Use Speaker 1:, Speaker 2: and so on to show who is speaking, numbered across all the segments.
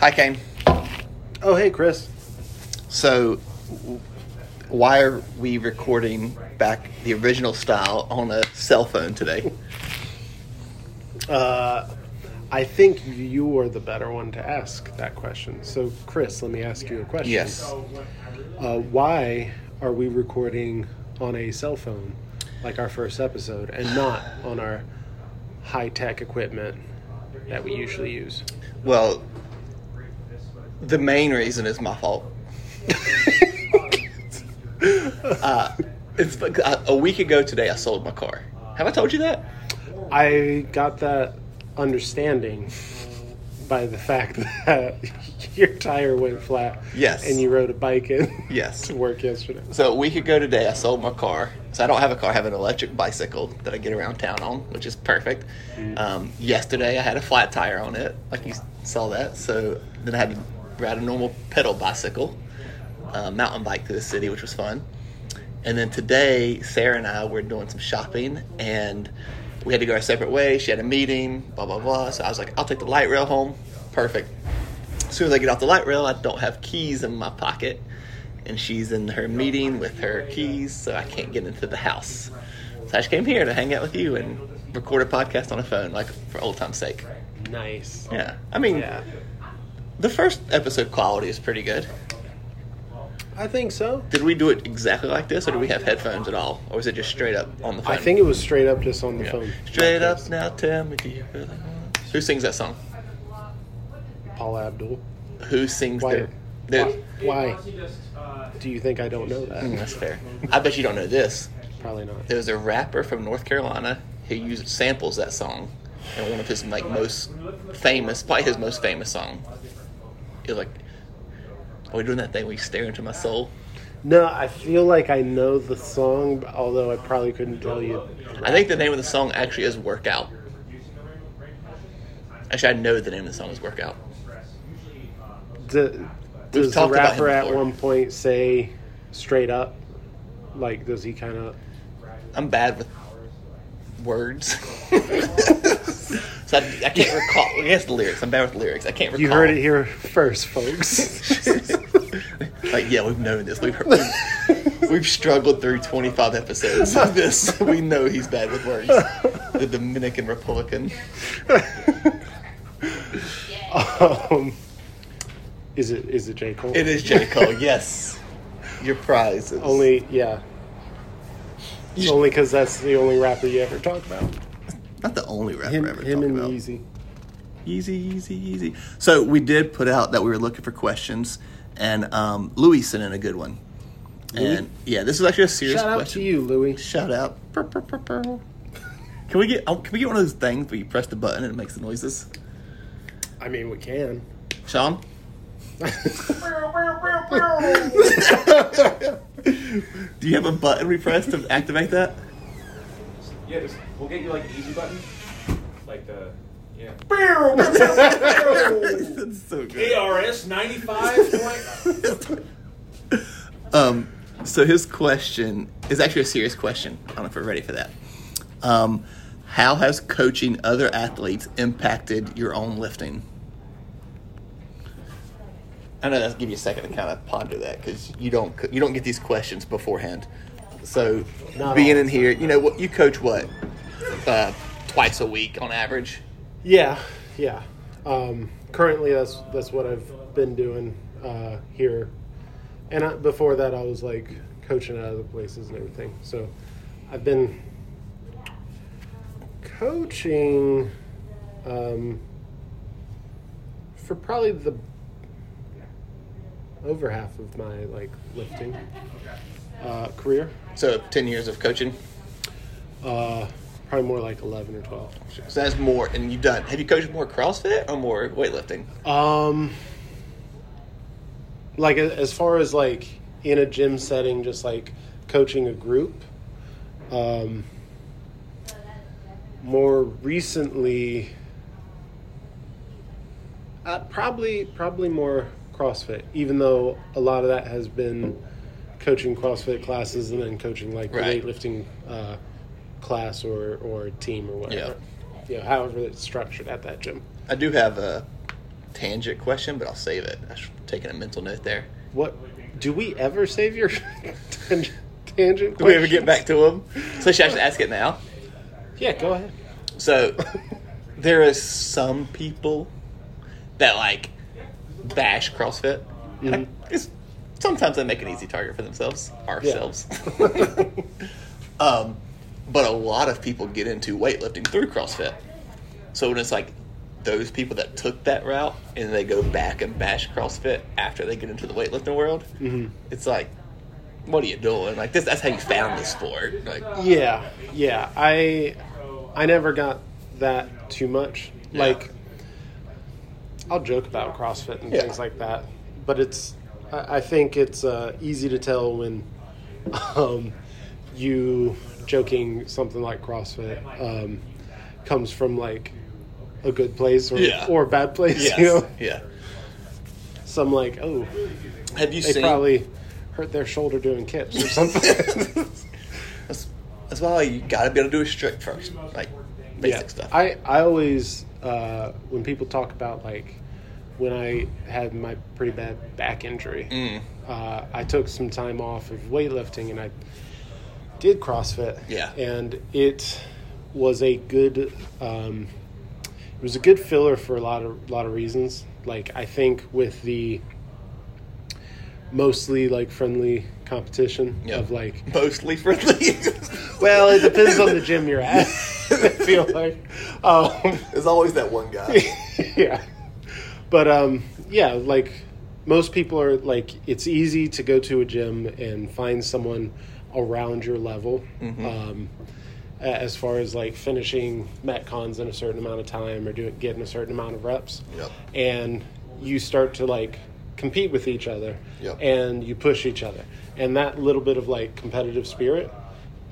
Speaker 1: Hi, Kane.
Speaker 2: Oh, hey, Chris.
Speaker 1: So, w- why are we recording back the original style on a cell phone today?
Speaker 2: Uh, I think you are the better one to ask that question. So, Chris, let me ask you a question.
Speaker 1: Yes.
Speaker 2: Uh, why are we recording on a cell phone, like our first episode, and not on our high tech equipment that we usually use?
Speaker 1: Well, the main reason is my fault. uh, it's bec- uh, a week ago today. I sold my car. Have I told you that?
Speaker 2: I got that understanding by the fact that your tire went flat.
Speaker 1: Yes.
Speaker 2: And you rode a bike in
Speaker 1: Yes.
Speaker 2: to work yesterday.
Speaker 1: So a week ago today, I sold my car. So I don't have a car. I have an electric bicycle that I get around town on, which is perfect. Um, yesterday, I had a flat tire on it, like you saw that. So then I had to ride a normal pedal bicycle, uh, mountain bike to the city, which was fun. And then today, Sarah and I were doing some shopping, and we had to go our separate ways. She had a meeting, blah blah blah. So I was like, I'll take the light rail home. Perfect. As soon as I get off the light rail, I don't have keys in my pocket, and she's in her meeting with her keys, so I can't get into the house. So I just came here to hang out with you and record a podcast on a phone, like for old time's sake.
Speaker 2: Nice.
Speaker 1: Yeah, I mean,
Speaker 2: Yeah.
Speaker 1: the first episode quality is pretty good.
Speaker 2: I think so.
Speaker 1: Did we do it exactly like this, or do we have headphones at all, or was it just straight up on the phone?
Speaker 2: I think it was straight up just on the
Speaker 1: Yeah.
Speaker 2: phone.
Speaker 1: Straight up now, tell me, do you really want? Who sings that song?
Speaker 2: Paul Abdul.
Speaker 1: Who sings
Speaker 2: Why-
Speaker 1: the? the
Speaker 2: Why do you think I don't know that?
Speaker 1: Mm, that's fair. I bet you don't know this.
Speaker 2: Probably not.
Speaker 1: There was a rapper from North Carolina who used samples that song in one of his like most famous, probably his most famous song. It was like, are we doing that thing where you stare into my soul?
Speaker 2: No, I feel like I know the song, although I probably couldn't tell you.
Speaker 1: I think the name of the song actually is Workout. Actually, I know the name of the song is Workout.
Speaker 2: Do, does the
Speaker 1: talked about him
Speaker 2: rapper at
Speaker 1: before.
Speaker 2: one point say straight up? Like, does he kind of.
Speaker 1: I'm bad with words. so I, I can't recall. I guess the lyrics. I'm bad with lyrics. I can't recall.
Speaker 2: You heard it here first, folks.
Speaker 1: like, yeah, we've known this. We've, heard, we've, we've struggled through 25 episodes of this. We know he's bad with words. The Dominican Republican.
Speaker 2: um, is it is it J. Cole?
Speaker 1: It is J. Cole, yes. Your prize is.
Speaker 2: Only, yeah. Only because that's the only rapper you ever talk about.
Speaker 1: Not the only rapper
Speaker 2: Him,
Speaker 1: I ever
Speaker 2: him
Speaker 1: talked
Speaker 2: and
Speaker 1: about.
Speaker 2: Yeezy.
Speaker 1: Yeezy, Yeezy, Yeezy. So we did put out that we were looking for questions, and um, Louis sent in a good one. And yeah, this is actually a serious
Speaker 2: Shout out
Speaker 1: question.
Speaker 2: to you, Louis.
Speaker 1: Shout out. Purr, purr, purr, purr. Can we get oh, can we get one of those things where you press the button and it makes the noises?
Speaker 2: I mean, we can.
Speaker 1: Sean? Do you have a button we press to activate that?
Speaker 3: Yeah, just, we'll get you like easy button, like the yeah.
Speaker 1: That's so good.
Speaker 3: ARS ninety five point.
Speaker 1: Um, so his question is actually a serious question. I don't know if we're ready for that. Um, how has coaching other athletes impacted your own lifting? I know that's give you a second to kind of ponder that because you don't you don't get these questions beforehand. So
Speaker 2: Not all
Speaker 1: being
Speaker 2: the
Speaker 1: in here, you know what you coach what uh, twice a week on average.
Speaker 2: Yeah, yeah. Um, currently, that's that's what I've been doing uh, here, and I, before that, I was like coaching at other places and everything. So, I've been coaching um, for probably the over half of my like lifting uh, career.
Speaker 1: So ten years of coaching.
Speaker 2: Uh, probably more like eleven or twelve.
Speaker 1: So that's more, and you've done. Have you coached more CrossFit or more weightlifting?
Speaker 2: Um, like a- as far as like in a gym setting, just like coaching a group. Um, more recently, uh, probably probably more CrossFit. Even though a lot of that has been coaching CrossFit classes and then coaching like the
Speaker 1: Right.
Speaker 2: weightlifting uh, class or or team or whatever.
Speaker 1: Yeah.
Speaker 2: Yeah, however it's structured at that gym.
Speaker 1: I do have a tangent question, but I'll save it. I'm taking a mental note there.
Speaker 2: What do we ever save your tangent? tangent
Speaker 1: Do we ever get
Speaker 2: questions?
Speaker 1: back to them? So should I just ask it now?
Speaker 2: Yeah, go ahead.
Speaker 1: So there is some people that like bash CrossFit.
Speaker 2: Mm-hmm.
Speaker 1: Like, it's, sometimes they make an easy target for themselves, ourselves. um, but a lot of people get into weightlifting through CrossFit. So when it's like those people that took that route and they go back and bash CrossFit after they get into the weightlifting world,
Speaker 2: Mm-hmm.
Speaker 1: it's like, what are you doing? Like this, that's how you found this sport. Like,
Speaker 2: Yeah, yeah. I I never got that too much.
Speaker 1: Yeah.
Speaker 2: Like I'll joke about CrossFit and
Speaker 1: Yeah.
Speaker 2: things like that, but it's I I think it's uh, easy to tell when um, you joking something like CrossFit um, comes from like a good place or
Speaker 1: Yeah.
Speaker 2: or a bad place.
Speaker 1: yes,
Speaker 2: You know,
Speaker 1: yeah.
Speaker 2: some like oh
Speaker 1: Have you
Speaker 2: they
Speaker 1: seen?
Speaker 2: probably hurt their shoulder doing kips or something.
Speaker 1: That's, that's why you gotta be able to do a strict first, like basic stuff.
Speaker 2: I, I always, uh, when people talk about like when I had my pretty bad back injury,
Speaker 1: Mm.
Speaker 2: uh, I took some time off of weightlifting and I did CrossFit.
Speaker 1: Yeah.
Speaker 2: And it was a good, um, it was a good filler for a lot of lot of reasons. Like I think with the mostly like friendly competition
Speaker 1: Yeah.
Speaker 2: of like
Speaker 1: mostly friendly.
Speaker 2: well it depends on the gym you're at i feel like um,
Speaker 1: There's always that one guy.
Speaker 2: yeah. But um, yeah, like most people are like it's easy to go to a gym and find someone around your level.
Speaker 1: Mm-hmm.
Speaker 2: Um, a- as far as like finishing metcons in a certain amount of time or doing getting a certain amount of reps,
Speaker 1: Yep.
Speaker 2: and you start to like compete with each other,
Speaker 1: Yep.
Speaker 2: and you push each other, and that little bit of like competitive spirit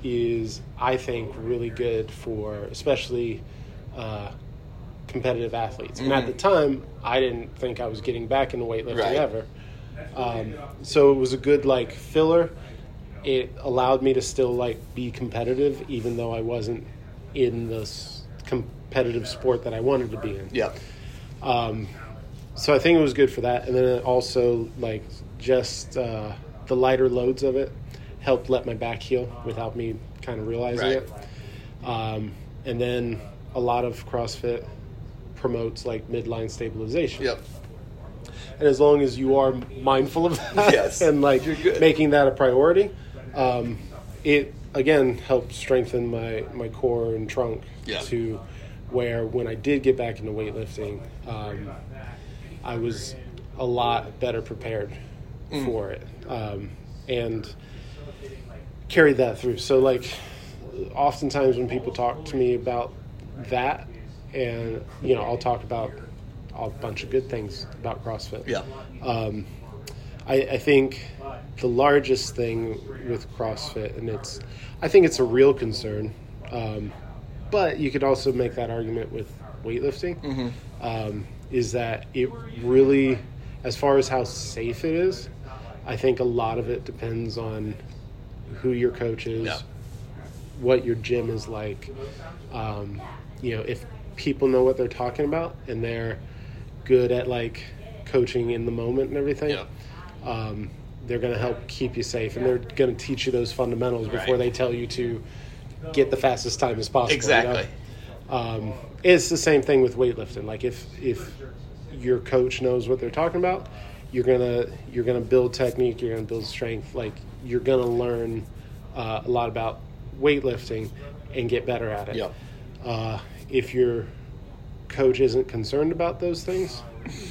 Speaker 2: is, I think, really good for especially uh, competitive athletes. And at the time, I didn't think I was getting back into weightlifting
Speaker 1: Right.
Speaker 2: ever. Um, so it was a good like filler. It allowed me to still like be competitive, even though I wasn't in the s- competitive sport that I wanted to be in.
Speaker 1: yep.
Speaker 2: Um, So I think it was good for that, and then it also like just uh, the lighter loads of it helped let my back heal without me kind of realizing
Speaker 1: Right.
Speaker 2: it. Um, and then a lot of CrossFit promotes like midline stabilization.
Speaker 1: Yep.
Speaker 2: And as long as you are mindful of that
Speaker 1: Yes.
Speaker 2: and like
Speaker 1: You're good.
Speaker 2: making that a priority, um, it again helped strengthen my, my core and trunk
Speaker 1: Yeah.
Speaker 2: to where when I did get back into weightlifting, um, I was a lot better prepared
Speaker 1: Mm.
Speaker 2: for it um, and carried that through. So, like, oftentimes when people talk to me about that, and you know, I'll talk about a bunch of good things about CrossFit. Um,
Speaker 1: Yeah.
Speaker 2: I, I think the largest thing with CrossFit, and it's, I think it's a real concern, um, but you could also make that argument with weightlifting,
Speaker 1: Mm-hmm.
Speaker 2: um, is that it really, as far as how safe it is, I think a lot of it depends on who your coach is,
Speaker 1: Yeah.
Speaker 2: what your gym is like. Um, you know, if people know what they're talking about and they're good at like coaching in the moment and everything
Speaker 1: Yeah.
Speaker 2: um, they're going to help keep you safe and they're going to teach you those fundamentals before
Speaker 1: Right.
Speaker 2: they tell you to get the fastest time as possible. you
Speaker 1: Exactly.
Speaker 2: know? Um, it's the same thing with weightlifting. Like if if your coach knows what they're talking about, you're gonna you're gonna build technique. You're gonna build strength. Like you're gonna learn uh, a lot about weightlifting and get better at it.
Speaker 1: Yep.
Speaker 2: Uh, if your coach isn't concerned about those things,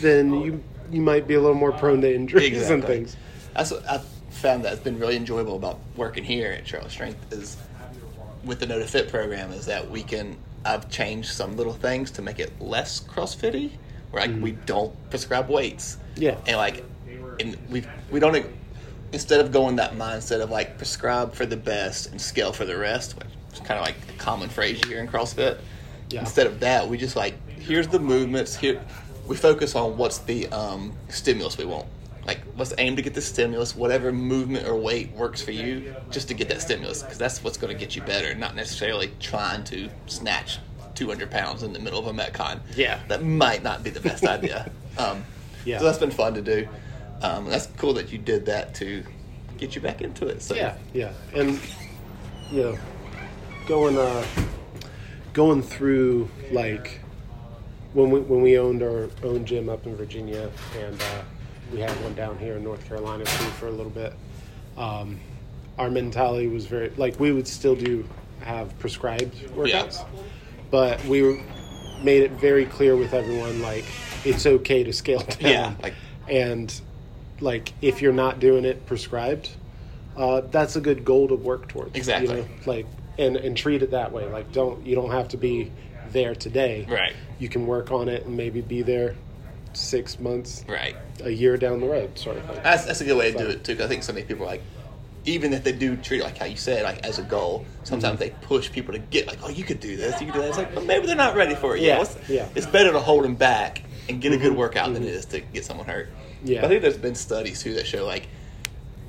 Speaker 2: then you you might be a little more prone to injuries and
Speaker 1: Exactly.
Speaker 2: things.
Speaker 1: That's what I found that's been really enjoyable about working here at Charlotte Strength is with the Know to Fit program is that we can I've changed some little things to make it less CrossFitty, where like we don't prescribe weights.
Speaker 2: Mm-hmm. Yeah.
Speaker 1: and like and we we don't instead of going that mindset of like prescribe for the best and scale for the rest which is kind of like the common phrase you hear in crossfit
Speaker 2: Yeah.
Speaker 1: instead of that we just like here's the movements here we focus on what's the um, stimulus we want like let's aim to get the stimulus whatever movement or weight works for you just to get that stimulus because that's what's going to get you better not necessarily trying to snatch 200 pounds in the middle of a metcon
Speaker 2: Yeah.
Speaker 1: that might not be the best idea Um,
Speaker 2: Yeah.
Speaker 1: So that's been fun to do. Um, that's cool that you did that to get you back into it. So
Speaker 2: yeah, yeah, and you know, going uh, going through like when we when we owned our own gym up in Virginia, and uh, we had one down here in North Carolina too for a little bit. Um, our mentality was very like we would still do have prescribed workouts, but we were, made it very clear with everyone like it's okay to scale down.
Speaker 1: Yeah, like-
Speaker 2: and like if you're not doing it prescribed, uh, that's a good goal to work towards. you
Speaker 1: Exactly.
Speaker 2: know? Like and and treat it that way. Like don't you don't have to be there today.
Speaker 1: Right.
Speaker 2: You can work on it and maybe be there six months,
Speaker 1: Right.
Speaker 2: a year down the road, sort of thing.
Speaker 1: That's, that's a good way to do it too. 'cause I think so many people are like, even if they do treat it like how you said, like as a goal, sometimes
Speaker 2: Mm-hmm.
Speaker 1: they push people to get like, oh, you could do this, you could do that. It's like, but maybe they're not ready for it. yet.
Speaker 2: Yeah,
Speaker 1: Let's-
Speaker 2: yeah. Mm-hmm.
Speaker 1: It's better to hold them back and get a good workout than it is to get someone hurt.
Speaker 2: Yeah.
Speaker 1: I think there's been studies too that show like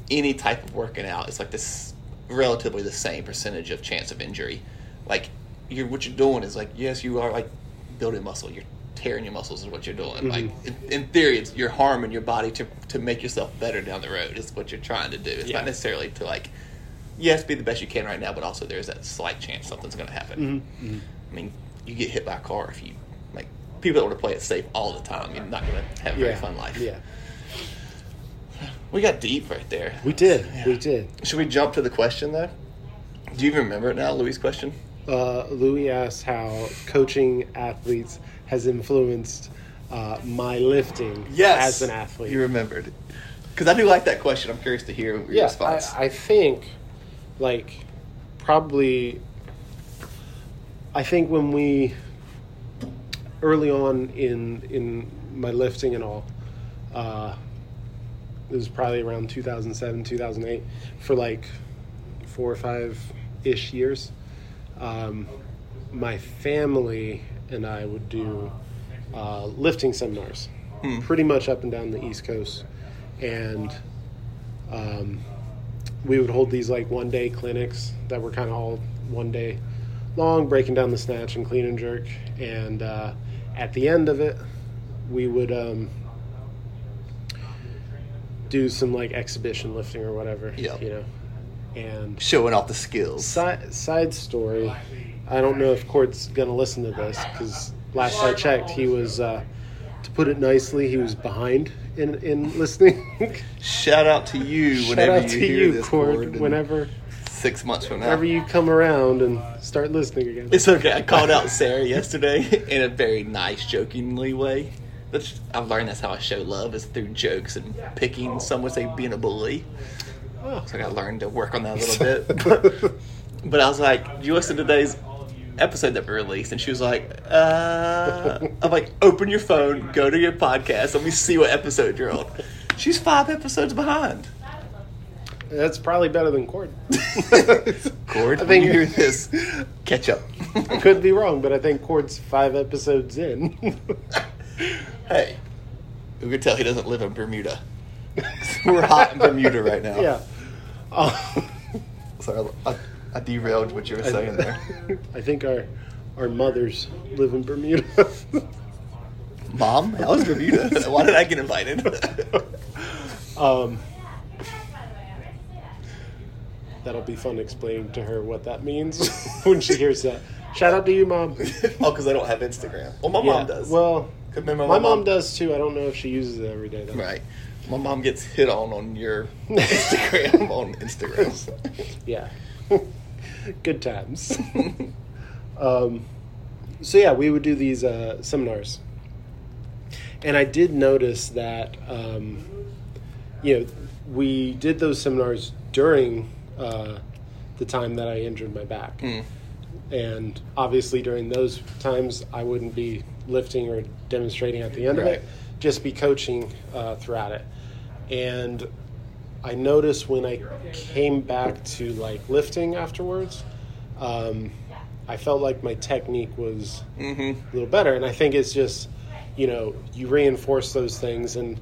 Speaker 1: any type of working out, it's like this relatively the same percentage of chance of injury. Like you're what you're doing is like yes, you are like building muscle. You're tearing your muscles is what you're doing.
Speaker 2: Mm-hmm.
Speaker 1: Like in, in theory, it's you're harming your body to to make yourself better down the road. Is what you're trying to do. It's
Speaker 2: Yeah.
Speaker 1: not necessarily to like yes, be the best you can right now, but also there's that slight chance something's going to happen.
Speaker 2: Mm-hmm.
Speaker 1: I mean, you get hit by a car if you like people that want to play it safe all the time. You're not going to have a very
Speaker 2: yeah.
Speaker 1: fun life.
Speaker 2: Yeah.
Speaker 1: we got deep right there.
Speaker 2: We did.
Speaker 1: Yeah.
Speaker 2: We did.
Speaker 1: Should we jump to the question though? Do you even remember it now, Louis' question?
Speaker 2: Uh, Louis asks how coaching athletes has influenced uh, my lifting as an athlete.
Speaker 1: you remembered. Because I do like that question. I'm curious to hear your
Speaker 2: yeah,
Speaker 1: response.
Speaker 2: I, I think, like, probably, I think when we early on in in my lifting and all, uh, it was probably around 2007, 2008, for like four or five ish years. Um, my family and I would do uh, lifting seminars, pretty much up and down the East Coast, and um, we would hold these like one day clinics that were kind of all one day long, breaking down the snatch and clean and jerk. And uh, at the end of it, we would um, do some like exhibition lifting or whatever,
Speaker 1: Yep.
Speaker 2: you know. And
Speaker 1: Showing off the skills.
Speaker 2: side, side story, I don't know if Court's gonna listen to this because last I checked, he was, uh, to put it nicely, he was behind in in listening.
Speaker 1: Shout out to you
Speaker 2: Shout
Speaker 1: whenever
Speaker 2: out
Speaker 1: you
Speaker 2: to
Speaker 1: hear
Speaker 2: you,
Speaker 1: this. Cord,
Speaker 2: Cord.
Speaker 1: and
Speaker 2: Whenever,
Speaker 1: six months from now.
Speaker 2: whenever you come around and start listening again.
Speaker 1: It's okay. I called out Sarah yesterday in a very nice, jokingly way. That's, I've learned that's how I show love is through jokes and picking. Some would say being a bully.
Speaker 2: Oh.
Speaker 1: So I got to learn to work on that a little bit. but I was like, "You listened to today's episode that we released," and she was like, "Uh," I'm like, "Open your phone, go to your podcast, let me see what episode you're on." She's five episodes behind.
Speaker 2: That's probably better than Cord.
Speaker 1: Cord,
Speaker 2: I
Speaker 1: when you
Speaker 2: think
Speaker 1: hear this, catch up.
Speaker 2: I could be wrong, but I think Cord's five episodes in.
Speaker 1: Hey, we can tell he doesn't live in Bermuda. We're hot in Bermuda right now.
Speaker 2: yeah. Uh,
Speaker 1: Oh. Sorry, I, I derailed what you were saying there.
Speaker 2: I think our our mothers live in Bermuda.
Speaker 1: Mom, how is Bermuda? Why did I get invited?
Speaker 2: um, that'll be fun explaining to her what that means when she hears that. Shout out to you, mom.
Speaker 1: oh, because I don't have Instagram. Well, my
Speaker 2: Yeah,
Speaker 1: mom does.
Speaker 2: Well,
Speaker 1: 'Cause remember
Speaker 2: my, mom, does too. I don't know if she uses it every day though.
Speaker 1: Right. My mom gets hit on on your Instagram on Instagram.
Speaker 2: Yeah. Good times. um, so yeah, we would do these uh, seminars, and I did notice that um, you know we did those seminars during uh, the time that I injured my back, and obviously during those times I wouldn't be lifting or demonstrating at the end of
Speaker 1: Right.
Speaker 2: it, just be coaching uh, throughout it, and I noticed when I came back to like lifting afterwards, um, I felt like my technique was
Speaker 1: mm-hmm.
Speaker 2: a little better. And I think it's just, you know, you reinforce those things and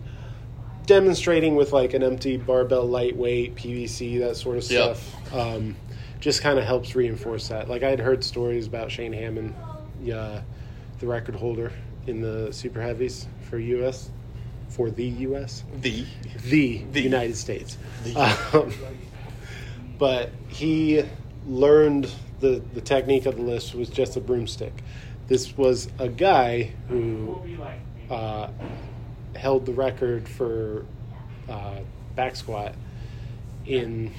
Speaker 2: demonstrating with like an empty barbell, lightweight, PVC, that sort of
Speaker 1: Yep.
Speaker 2: stuff, um, just kind of helps reinforce that. Like I had heard uh, stories about Shane Hammond, yeah, the record holder in the super heavies for U.S. for the U.S.
Speaker 1: The
Speaker 2: the,
Speaker 1: The.
Speaker 2: United States.
Speaker 1: The.
Speaker 2: Um, but he learned the, the technique of the list was just a broomstick. This was a guy who uh, held the record for uh, back squat in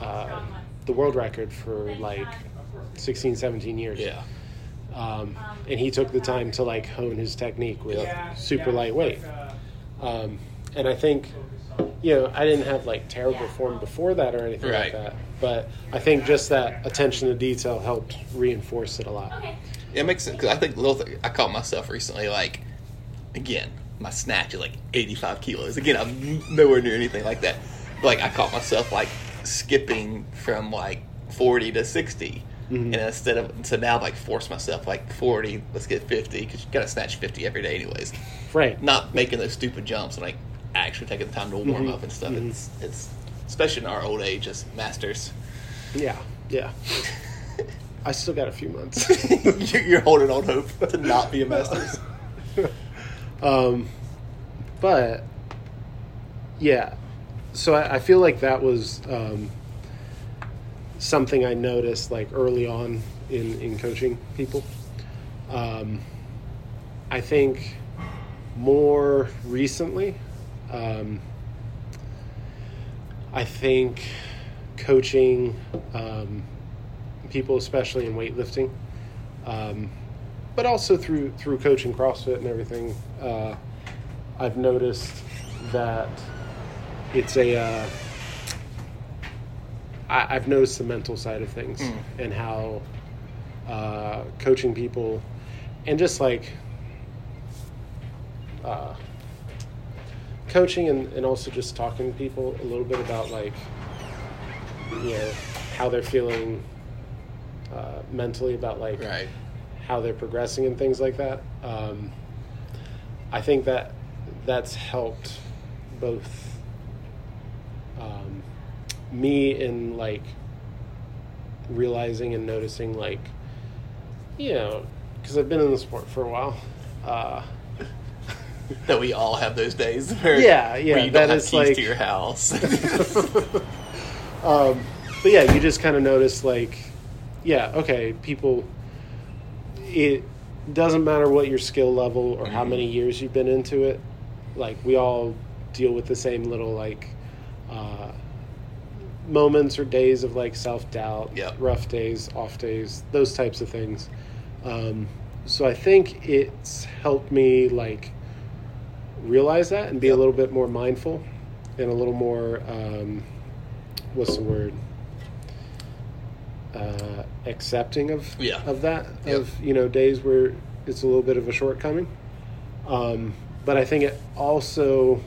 Speaker 2: uh, the world record for like 16, 17 years.
Speaker 1: yeah.
Speaker 2: Um, and he took the time to like hone his technique with
Speaker 1: Yeah. uh,
Speaker 2: super lightweight. Um, and I think, you know, I didn't have like terrible form before that or anything
Speaker 1: Right.
Speaker 2: like that. But I think just that attention to detail helped reinforce it a lot.
Speaker 1: It makes sense because I think little. Th- I caught myself recently, like again, my snatch is like eighty-five kilos. Again, I'm nowhere near anything like that. But, like I caught myself like skipping from like forty to 60 and instead of so now I've, like force myself like forty. Let's get fifty because you gotta snatch fifty every day, anyways.
Speaker 2: Right.
Speaker 1: Not making those stupid jumps and like actually taking the time to warm
Speaker 2: Mhm.
Speaker 1: up and stuff.
Speaker 2: Mhm.
Speaker 1: It's it's especially in our old age as masters.
Speaker 2: Yeah. Yeah. I still got a few months.
Speaker 1: You- You're holding on hope to not be a masters.
Speaker 2: um, but yeah, so I, I feel like that was um, something I noticed like early on in in coaching people. Um, I think more recently, um, I think coaching um, people, especially in weightlifting. Um, but also through through coaching CrossFit and everything, uh, I've noticed that it's a. Uh, I, I've noticed the mental side of things
Speaker 1: Mm.
Speaker 2: and how uh, coaching people, and just like uh, coaching and, and also just talking to people a little bit about like you know how they're feeling uh, mentally about like
Speaker 1: Right.
Speaker 2: how they're progressing and things like that. Um, I think that that's helped both um, me in like realizing and noticing, like, you know, because I've been in the sport for a while. Uh,
Speaker 1: that we all have those days. Where,
Speaker 2: Yeah, yeah,
Speaker 1: Where you
Speaker 2: that
Speaker 1: don't have
Speaker 2: is
Speaker 1: keys
Speaker 2: like-
Speaker 1: to your house.
Speaker 2: um, but yeah, you just kind of notice, like, yeah, okay, people. It doesn't matter what your skill level or how many years you've been into it. Like we all deal with the same little like uh, moments or days of like self doubt,
Speaker 1: Yep.
Speaker 2: rough days, off days, those types of things. Um, so I think it's helped me like realize that and be a little bit more mindful and a little more um, what's the word uh, accepting of
Speaker 1: Yeah.
Speaker 2: of that
Speaker 1: Yep.
Speaker 2: of you know days where it's a little bit of a shortcoming um, but I think it also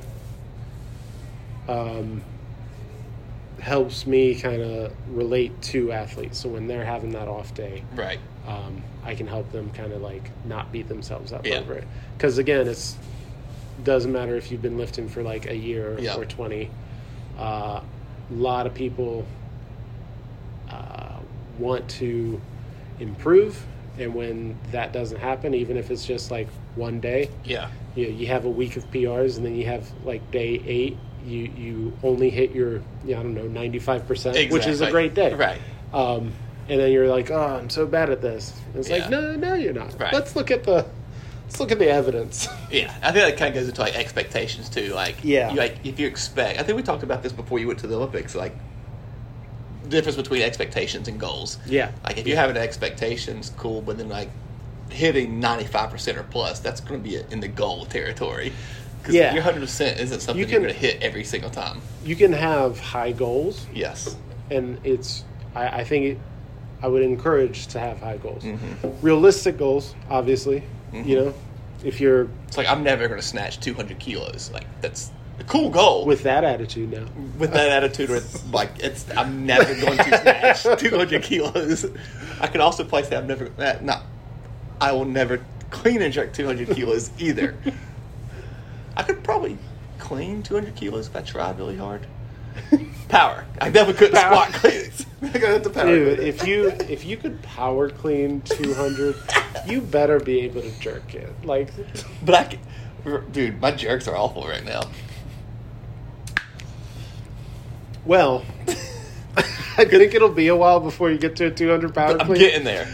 Speaker 2: um, helps me kind of relate to athletes so when they're having that off day
Speaker 1: right.
Speaker 2: um, I can help them kind of like not beat themselves up
Speaker 1: Yeah.
Speaker 2: over it. Because again, it's doesn't matter if you've been lifting for like a year
Speaker 1: Yeah.
Speaker 2: or twenty. A uh, lot of people uh, want to improve, and when that doesn't happen, even if it's just like one day,
Speaker 1: Yeah.
Speaker 2: you know, you have a week of PRs, and then you have like day eight. You, you only hit your yeah, I don't know ninety five percent, which is a
Speaker 1: Exactly.
Speaker 2: great day,
Speaker 1: Right.
Speaker 2: um, and then you're like, oh, I'm so bad at this. It's
Speaker 1: Yeah.
Speaker 2: like, no, no, you're not.
Speaker 1: Right.
Speaker 2: Let's look at the, let's look at the evidence.
Speaker 1: Yeah. I think that kind of goes into like expectations too. Like
Speaker 2: Yeah.
Speaker 1: you, like if you expect, I think we talked about this before you went to the Olympics. Like the difference between expectations and goals.
Speaker 2: Yeah.
Speaker 1: Like if you have an expectations, cool, but then like hitting ninety five percent or plus, that's going to be in the goal territory. Because
Speaker 2: Yeah.
Speaker 1: your hundred percent isn't something
Speaker 2: You
Speaker 1: you're
Speaker 2: can-
Speaker 1: going to hit every single time.
Speaker 2: You can have high goals,
Speaker 1: Yes.
Speaker 2: and it's, I, I think, it, I would encourage to have high goals,
Speaker 1: Mm-hmm.
Speaker 2: realistic goals, obviously. You know, if you're
Speaker 1: It's like I'm never going to snatch 200 kilos. Like that's a cool goal
Speaker 2: with that attitude now,
Speaker 1: with that attitude. Where it's like it's I'm never going to snatch 200 kilos. I could also place that I'm never that not. I will never clean and jerk 200 kilos either. I could probably clean 200 kilos if I tried really hard. Power. I never could
Speaker 2: Power.
Speaker 1: squat cleans. I got hit the power.
Speaker 2: dude.
Speaker 1: with it.
Speaker 2: If you if you could power clean 200, you better be able to jerk it. Like,
Speaker 1: But I can, Dude, my jerks are awful right now.
Speaker 2: Well, I think it'll be a while before you get to a 200 power
Speaker 1: I'm
Speaker 2: clean.
Speaker 1: getting there.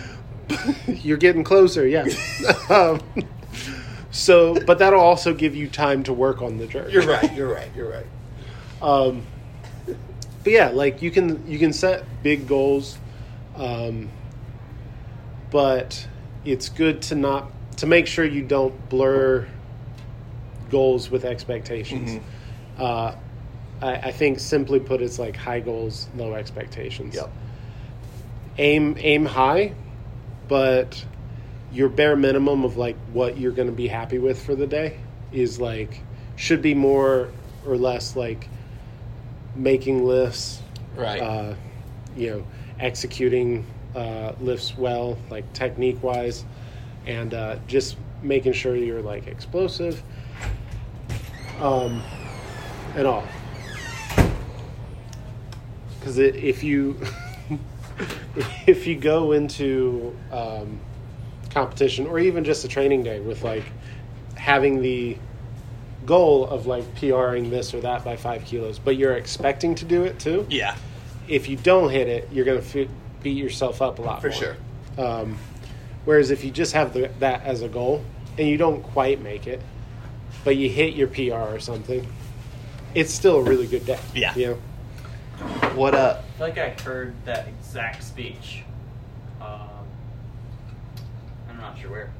Speaker 2: You're getting closer, yes. um, so, but that'll also give you time to work on the jerk.
Speaker 1: You're right. You're right. You're right.
Speaker 2: Um, but yeah, like you can you can set big goals, um, but it's good to not to make sure you don't blur goals with expectations.
Speaker 1: Mhm.
Speaker 2: Uh, I, I think simply put, it's like high goals, low expectations.
Speaker 1: Yep.
Speaker 2: Aim aim high, but your bare minimum of like what you're going to be happy with for the day is like should be more or less like making lifts,
Speaker 1: Right.
Speaker 2: uh, you know, executing uh, lifts well, like technique wise, and uh, just making sure you're like explosive um, and all. Because if you if you go into um, competition or even just a training day with like having the goal of like PRing this or that by five kilos, but you're expecting to do it too.
Speaker 1: yeah.
Speaker 2: If you don't hit it, you're gonna fe beat yourself up a lot
Speaker 1: For
Speaker 2: more.
Speaker 1: sure.
Speaker 2: Um, whereas if you just have the, that as a goal and you don't quite make it, but you hit your PR or something, it's still a really good day.
Speaker 1: Yeah.
Speaker 2: You know?
Speaker 1: What
Speaker 2: uh,
Speaker 1: up?
Speaker 4: I feel like I heard that exact speech. Um, I'm not sure where.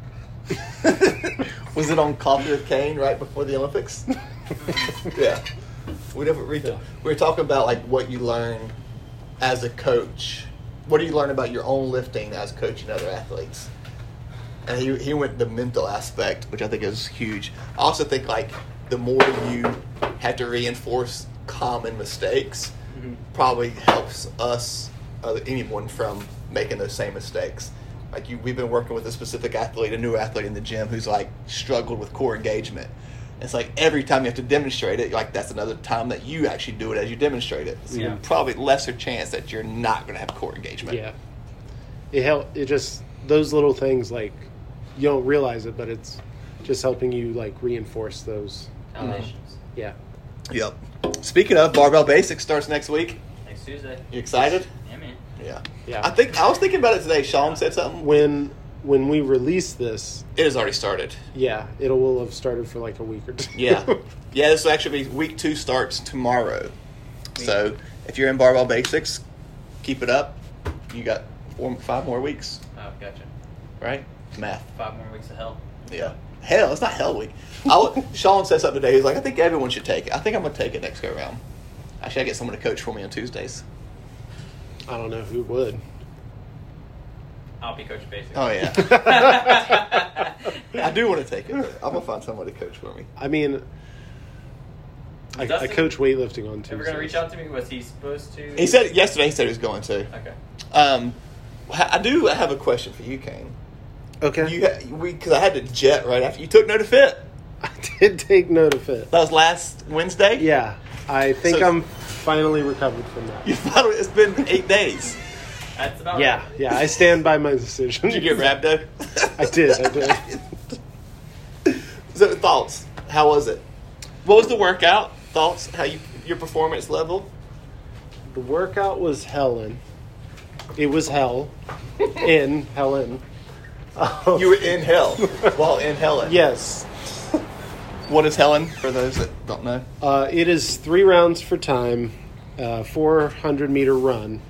Speaker 1: Was it on Coffee with Kane right before the Olympics? yeah. We never read
Speaker 2: Yeah.
Speaker 1: them. We were talking about like what you learn as a coach. What do you learn about your own lifting as coaching other athletes? And he, he went the mental aspect, which I think is huge. I also think like the more you have to reinforce common mistakes,
Speaker 4: Mhm.
Speaker 1: probably helps us uh, anyone from making those same mistakes. Like you, we've been working with a specific athlete, a new athlete in the gym who's like struggled with core engagement. It's like every time you have to demonstrate it, like that's another time that you actually do it as you demonstrate it. So
Speaker 4: Yeah.
Speaker 1: probably lesser chance that you're not going to have core engagement.
Speaker 2: Yeah. It help. It just those little things like you don't realize it, but it's just helping you like reinforce those.
Speaker 1: Hmm.
Speaker 2: Um,
Speaker 4: Foundations.
Speaker 2: Yeah.
Speaker 1: Yep. Speaking of barbell basics, starts next week.
Speaker 4: Next Tuesday.
Speaker 1: You excited?
Speaker 4: Yeah, man.
Speaker 1: Yeah.
Speaker 2: Yeah.
Speaker 1: I think I was thinking about it today. Sean said something.
Speaker 2: When when we release this,
Speaker 1: It has already started.
Speaker 2: yeah, it will have started for like a week or two.
Speaker 1: Yeah. yeah, this will actually be week two starts tomorrow. So if you're in barbell basics, keep it up. You got four, five more weeks,
Speaker 4: Oh, gotcha.
Speaker 1: right? Math.
Speaker 4: Five more weeks of hell.
Speaker 1: Yeah. Hell, it's not hell week. I w Sean said something today. He's like, I think everyone should take it. I think I'm going to take it next go round. Actually, I get someone to coach for me on Tuesdays.
Speaker 2: I don't know who would.
Speaker 4: I'll be Coach Basic.
Speaker 1: Oh, yeah. I
Speaker 2: I
Speaker 1: do want to take it. though. I'm going to find someone to coach for me.
Speaker 2: I mean, I, I
Speaker 4: Dustin-
Speaker 2: coach weightlifting on Tuesday.
Speaker 4: If we're gonna reach out to me, was he supposed to?
Speaker 1: He said yesterday he said he was going to.
Speaker 4: Okay.
Speaker 1: Um, I I do have a question for you, Kane.
Speaker 2: Okay.
Speaker 1: You ha- we because I had to jet right after you took no to fit.
Speaker 2: I did take note of it.
Speaker 1: That was last Wednesday.
Speaker 2: Yeah, I think
Speaker 1: Oh. So-
Speaker 2: I'm finally recovered from
Speaker 1: You
Speaker 2: that.
Speaker 1: finally, it's been eight days.
Speaker 4: That's about
Speaker 2: Yeah,
Speaker 4: right.
Speaker 2: yeah, I stand by my decision.
Speaker 1: Did you get rhabdo?
Speaker 2: I did, I did.
Speaker 1: so thoughts? How was it? What was the workout? Thoughts? How you your performance level?
Speaker 2: The workout was Helen. It was hell. In Helen. Oh,
Speaker 1: You were in hell while in Helen.
Speaker 2: Yes.
Speaker 1: What is Helen? For those that don't know.
Speaker 2: Uh, it is three rounds for time, uh, 400 meter run,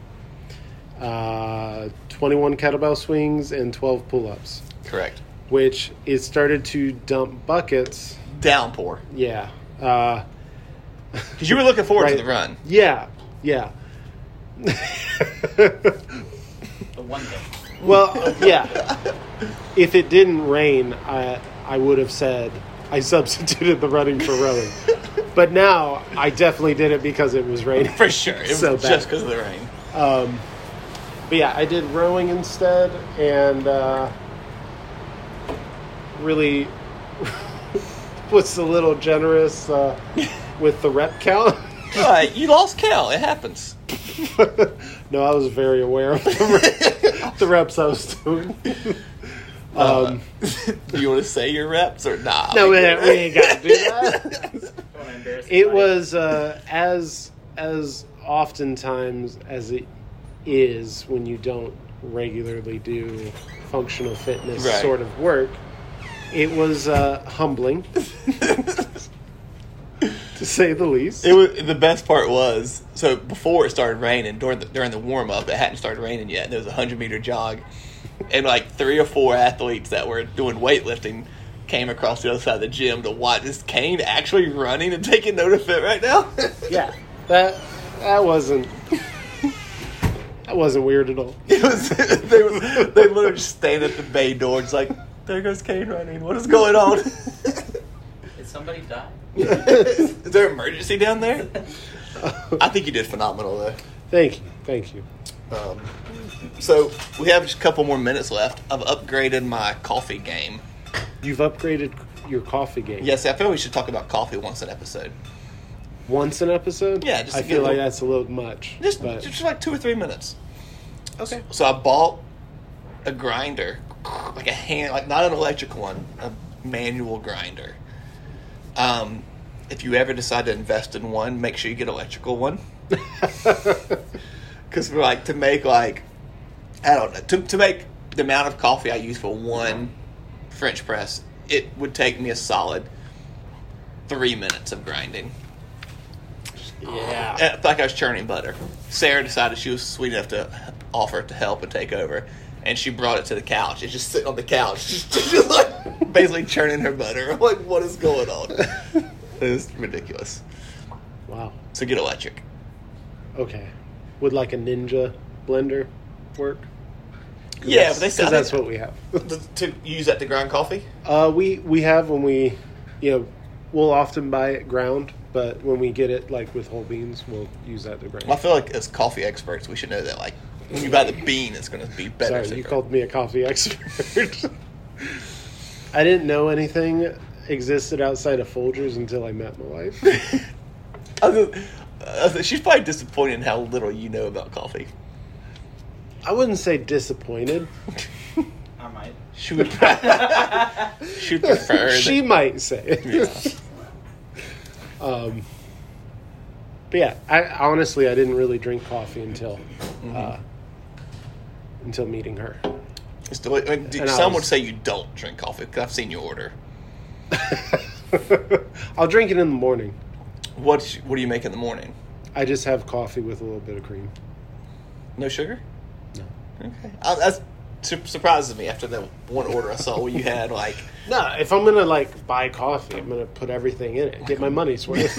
Speaker 2: uh, 21 kettlebell swings, and 12 pull ups,
Speaker 1: Correct.
Speaker 2: which it started to dump buckets.
Speaker 1: Downpour.
Speaker 2: Yeah. Uh,
Speaker 1: Because you were looking forward to
Speaker 2: Right.
Speaker 1: the run.
Speaker 2: yeah. Yeah.
Speaker 4: The one thing.
Speaker 2: well, uh, yeah. If it didn't rain, I I would have said I substituted the running for rowing. But now I definitely did it because it was raining.
Speaker 1: For sure. It was
Speaker 2: So bad.
Speaker 1: just because of the rain.
Speaker 2: Um, but yeah, I did rowing instead, and uh, really was a little generous uh, with the rep count.
Speaker 1: All right, you lost Cal. It happens.
Speaker 2: no, I was very aware of the, rep, the reps I was doing. Um,
Speaker 1: Uh, do you want to say your reps or not?
Speaker 2: No, we ain't- we ain't gotta do that.
Speaker 4: Don't wanna embarrass
Speaker 2: it
Speaker 4: anybody.
Speaker 2: was uh, as as oftentimes as it is when you don't regularly do functional fitness
Speaker 1: Right.
Speaker 2: sort of work. It was uh, humbling to say the least.
Speaker 1: It was the best part was so before it started raining during the during the warm up it hadn't started raining yet. and There was a hundred meter jog, and like three or four athletes that were doing weightlifting came across the other side of the gym to watch. Is Kane actually running and taking note of it right now?
Speaker 2: yeah, that that wasn't that wasn't weird at all.
Speaker 1: it was they were, they literally just stand at the bay door, just like there goes Kane running. What is going on?
Speaker 4: Did somebody die?
Speaker 1: is there an emergency down there? I think you did phenomenal though.
Speaker 2: Thank you, thank you.
Speaker 1: Um, so we have just a couple more minutes left. I've upgraded my coffee game.
Speaker 2: You've upgraded your coffee game.
Speaker 1: Yes, I feel we should talk about coffee once an episode.
Speaker 2: Once an episode?
Speaker 1: Yeah, just
Speaker 2: I
Speaker 1: to get a
Speaker 2: feel like
Speaker 1: little-
Speaker 2: that's a little much.
Speaker 1: Just,
Speaker 2: but
Speaker 1: just like two or three minutes.
Speaker 2: okay.
Speaker 1: So I bought a grinder, like a hand, like not an electric one, a manual grinder. Um, if you ever decide to invest in one, make sure you get an electrical one. Because we're like to make like, I don't know, to to make the amount of coffee I use for one French press, it would take me a solid three minutes of grinding.
Speaker 2: yeah.
Speaker 1: I felt Uh, like I was churning butter. Sarah decided she was sweet enough to offer to help and take over, and she brought it to the couch. It's just sitting on the couch, just, just like basically churning her butter. I'm like, what is going on? it's ridiculous.
Speaker 2: Wow.
Speaker 1: So get electric.
Speaker 2: Okay. Would like a ninja blender work?
Speaker 1: Yeah, but they said
Speaker 2: Because that's what we have.
Speaker 1: to use that to grind coffee.
Speaker 2: Uh, we we have when we, you know, we'll often buy it ground, but when we get it like with whole beans, we'll use that to grind.
Speaker 1: Well, I feel like as coffee experts, we should know that like when you buy the bean, it's going to be better.
Speaker 2: Sorry,
Speaker 1: to
Speaker 2: you
Speaker 1: grind.
Speaker 2: called me a coffee expert. I didn't know anything existed outside of Folgers until I met my wife.
Speaker 1: I was- I was- she's probably disappointed in how little you know about coffee.
Speaker 2: I wouldn't say disappointed.
Speaker 4: I might.
Speaker 1: She would. she would prefer. that-
Speaker 2: she might say.
Speaker 1: Yeah.
Speaker 2: Um, but yeah, I honestly I didn't really drink coffee until
Speaker 1: Mm-hmm.
Speaker 2: uh, until meeting her.
Speaker 1: It's deli- I mean, do-
Speaker 2: And I
Speaker 1: some would
Speaker 2: was-
Speaker 1: say you don't drink coffee because I've seen you order.
Speaker 2: I'll drink it in the morning.
Speaker 1: What what do you make in the morning?
Speaker 2: I just have coffee with a little bit of cream.
Speaker 1: No sugar.
Speaker 2: No.
Speaker 1: Okay, I, that's su- surprises me after that one order I saw where you had like
Speaker 2: No, if I'm gonna like buy coffee, I'm gonna put everything in it. Get my money's worth.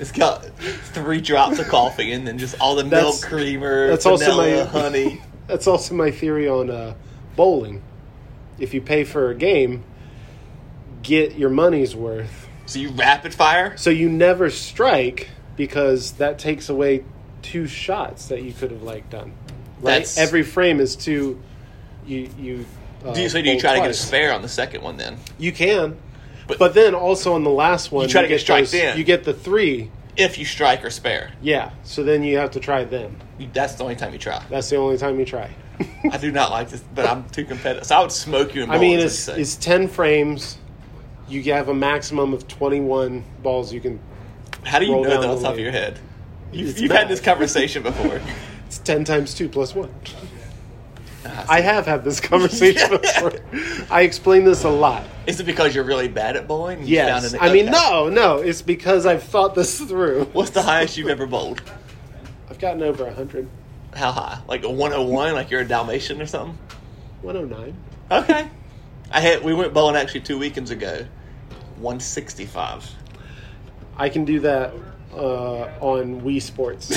Speaker 1: it's got three drops of coffee and then just all the milk
Speaker 2: That's-
Speaker 1: creamer,
Speaker 2: that's also
Speaker 1: vanilla,
Speaker 2: my-
Speaker 1: honey.
Speaker 2: That's also my theory on uh, bowling. If you pay for a game, get your money's worth.
Speaker 1: So you rapid fire.
Speaker 2: So you never strike because that takes away two shots that you could have like done. Right?
Speaker 1: That's-
Speaker 2: Every frame is two. You you. Uh,
Speaker 1: Do you, so do you
Speaker 2: bowl
Speaker 1: try to get a
Speaker 2: twice.
Speaker 1: spare on the second one then?
Speaker 2: You can,
Speaker 1: But-
Speaker 2: but, then also on the last one,
Speaker 1: You try to get striked
Speaker 2: those-
Speaker 1: in.
Speaker 2: You get the three.
Speaker 1: If you strike or spare,
Speaker 2: Yeah. So then you have to try them.
Speaker 1: you, that's the only time you try.
Speaker 2: That's the only time you try.
Speaker 1: I do not like this, but I'm too competitive. So I would smoke you. In
Speaker 2: I mean,
Speaker 1: bowls,
Speaker 2: it's
Speaker 1: like you
Speaker 2: it's ten frames. You have a maximum of twenty one balls you can.
Speaker 1: say. how do you
Speaker 2: roll
Speaker 1: know that
Speaker 2: down
Speaker 1: off
Speaker 2: the
Speaker 1: the top of
Speaker 2: lane.
Speaker 1: your head? You've,
Speaker 2: It's
Speaker 1: you've had this
Speaker 2: math.
Speaker 1: conversation before.
Speaker 2: It's ten times two plus one.
Speaker 1: Ah,
Speaker 2: I have had this conversation before. I explain this a lot.
Speaker 1: Is it because you're really bad at bowling? and you
Speaker 2: Yes,
Speaker 1: an-
Speaker 2: I mean
Speaker 1: okay.
Speaker 2: no, no. It's because I've thought this through.
Speaker 1: What's the highest you've ever bowled?
Speaker 2: I've gotten over hundred.
Speaker 1: How high? Like a 101? like you're a Dalmatian or something?
Speaker 2: 109.
Speaker 1: Okay. I had we went bowling actually two weekends ago. 165.
Speaker 2: I can do that uh, on Wii Sports.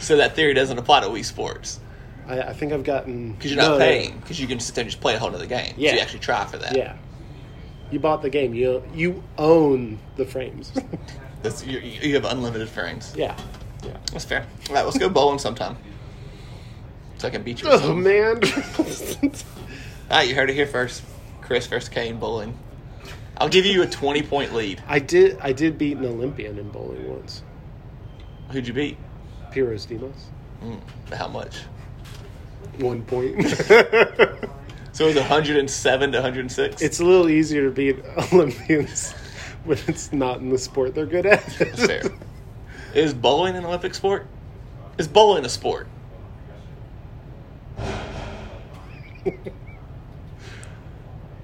Speaker 1: so that theory doesn't apply to Wii Sports
Speaker 2: I, I think I've gotten
Speaker 1: because you're not
Speaker 2: no, no, no.
Speaker 1: paying because you can sit there and just play a whole other game. So
Speaker 2: Yeah.
Speaker 1: you actually try for that.
Speaker 2: Yeah, you bought the game. You you own the frames.
Speaker 1: That's, you, you have unlimited frames.
Speaker 2: yeah, yeah.
Speaker 1: That's fair. All right, let's go bowling sometime. So I can beat you. or
Speaker 2: Oh
Speaker 1: something.
Speaker 2: man.
Speaker 1: All right, Ah, you heard it here first. Chris versus Kane bowling. I'll give you a 20 point lead.
Speaker 2: I did I did beat an Olympian in bowling once.
Speaker 1: Who'd you beat?
Speaker 2: Piros Demos.
Speaker 1: Mm, how much?
Speaker 2: One point.
Speaker 1: So it was 107 to 106.
Speaker 2: It's a little easier to beat Olympians when it's not in the sport they're good at.
Speaker 1: That's fair. Is bowling an Olympic sport? Is bowling a sport?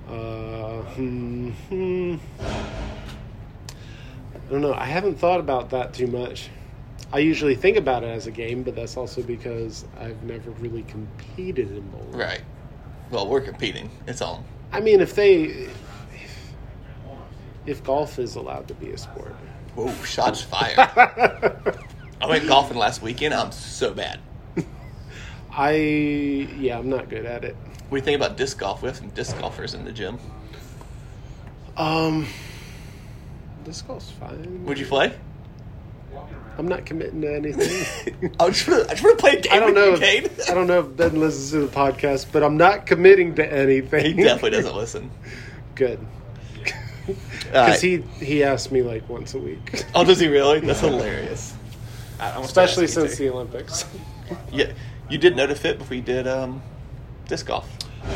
Speaker 2: Uh, hmm, hmm. I don't know. I haven't thought about that too much. I usually think about it as a game, but that's also because I've never really competed in bowling.
Speaker 1: Right. Well, we're competing. It's on.
Speaker 2: I mean, if they, if, if golf is allowed to be a sport,
Speaker 1: Whoa, shots fired. I went golfing last weekend. I'm so bad.
Speaker 2: I yeah, I'm not good at it.
Speaker 1: We think about disc golf. We have some disc golfers in the gym.
Speaker 2: Um, this golf's fine.
Speaker 1: Would you play?
Speaker 2: I'm not committing to anything.
Speaker 1: I just want to. I just want to play a game.
Speaker 2: I don't
Speaker 1: with you,
Speaker 2: know.
Speaker 1: Cade.
Speaker 2: If, I don't know if Ben listens to the podcast, but I'm not committing to anything.
Speaker 1: He definitely doesn't listen.
Speaker 2: Good.
Speaker 1: All
Speaker 2: Because
Speaker 1: right.
Speaker 2: he he asks me like once a week,
Speaker 1: Oh, does he really? That's hilarious. I- I almost
Speaker 2: especially
Speaker 1: asked you
Speaker 2: since
Speaker 1: to.
Speaker 2: the Olympics.
Speaker 1: yeah, you did note a fit before you did um, disc golf.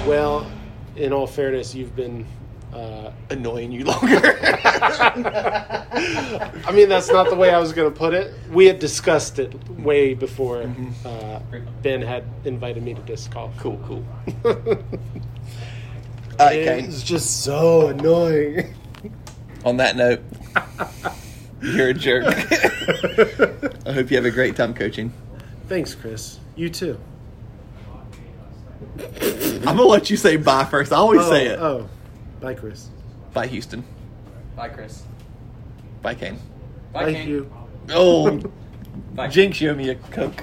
Speaker 2: Well, in all fairness, you've been. Uh,
Speaker 1: Annoying you longer.
Speaker 2: I mean, that's not the way I was going to put it. We had discussed it way before uh, Ben had invited me to disc golf.
Speaker 1: Mm-hmm. cool, cool. All right, Kane.
Speaker 2: it's just so annoying.
Speaker 1: On that note, you're a jerk. I hope you have a great time coaching.
Speaker 2: Thanks, Chris. You too.
Speaker 1: I'm gonna let you say bye first. I always say it.
Speaker 2: Oh, bye, Chris.
Speaker 1: Bye, Houston.
Speaker 4: Bye, Chris.
Speaker 1: Bye, Kane.
Speaker 4: Bye,
Speaker 2: Thank
Speaker 4: Kane.
Speaker 2: you.
Speaker 1: Oh,
Speaker 4: Bye.
Speaker 1: Jinx, you owe me a coke.